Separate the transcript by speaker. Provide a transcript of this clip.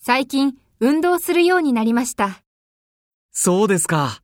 Speaker 1: 最近運動するようになりました。
Speaker 2: そうですか。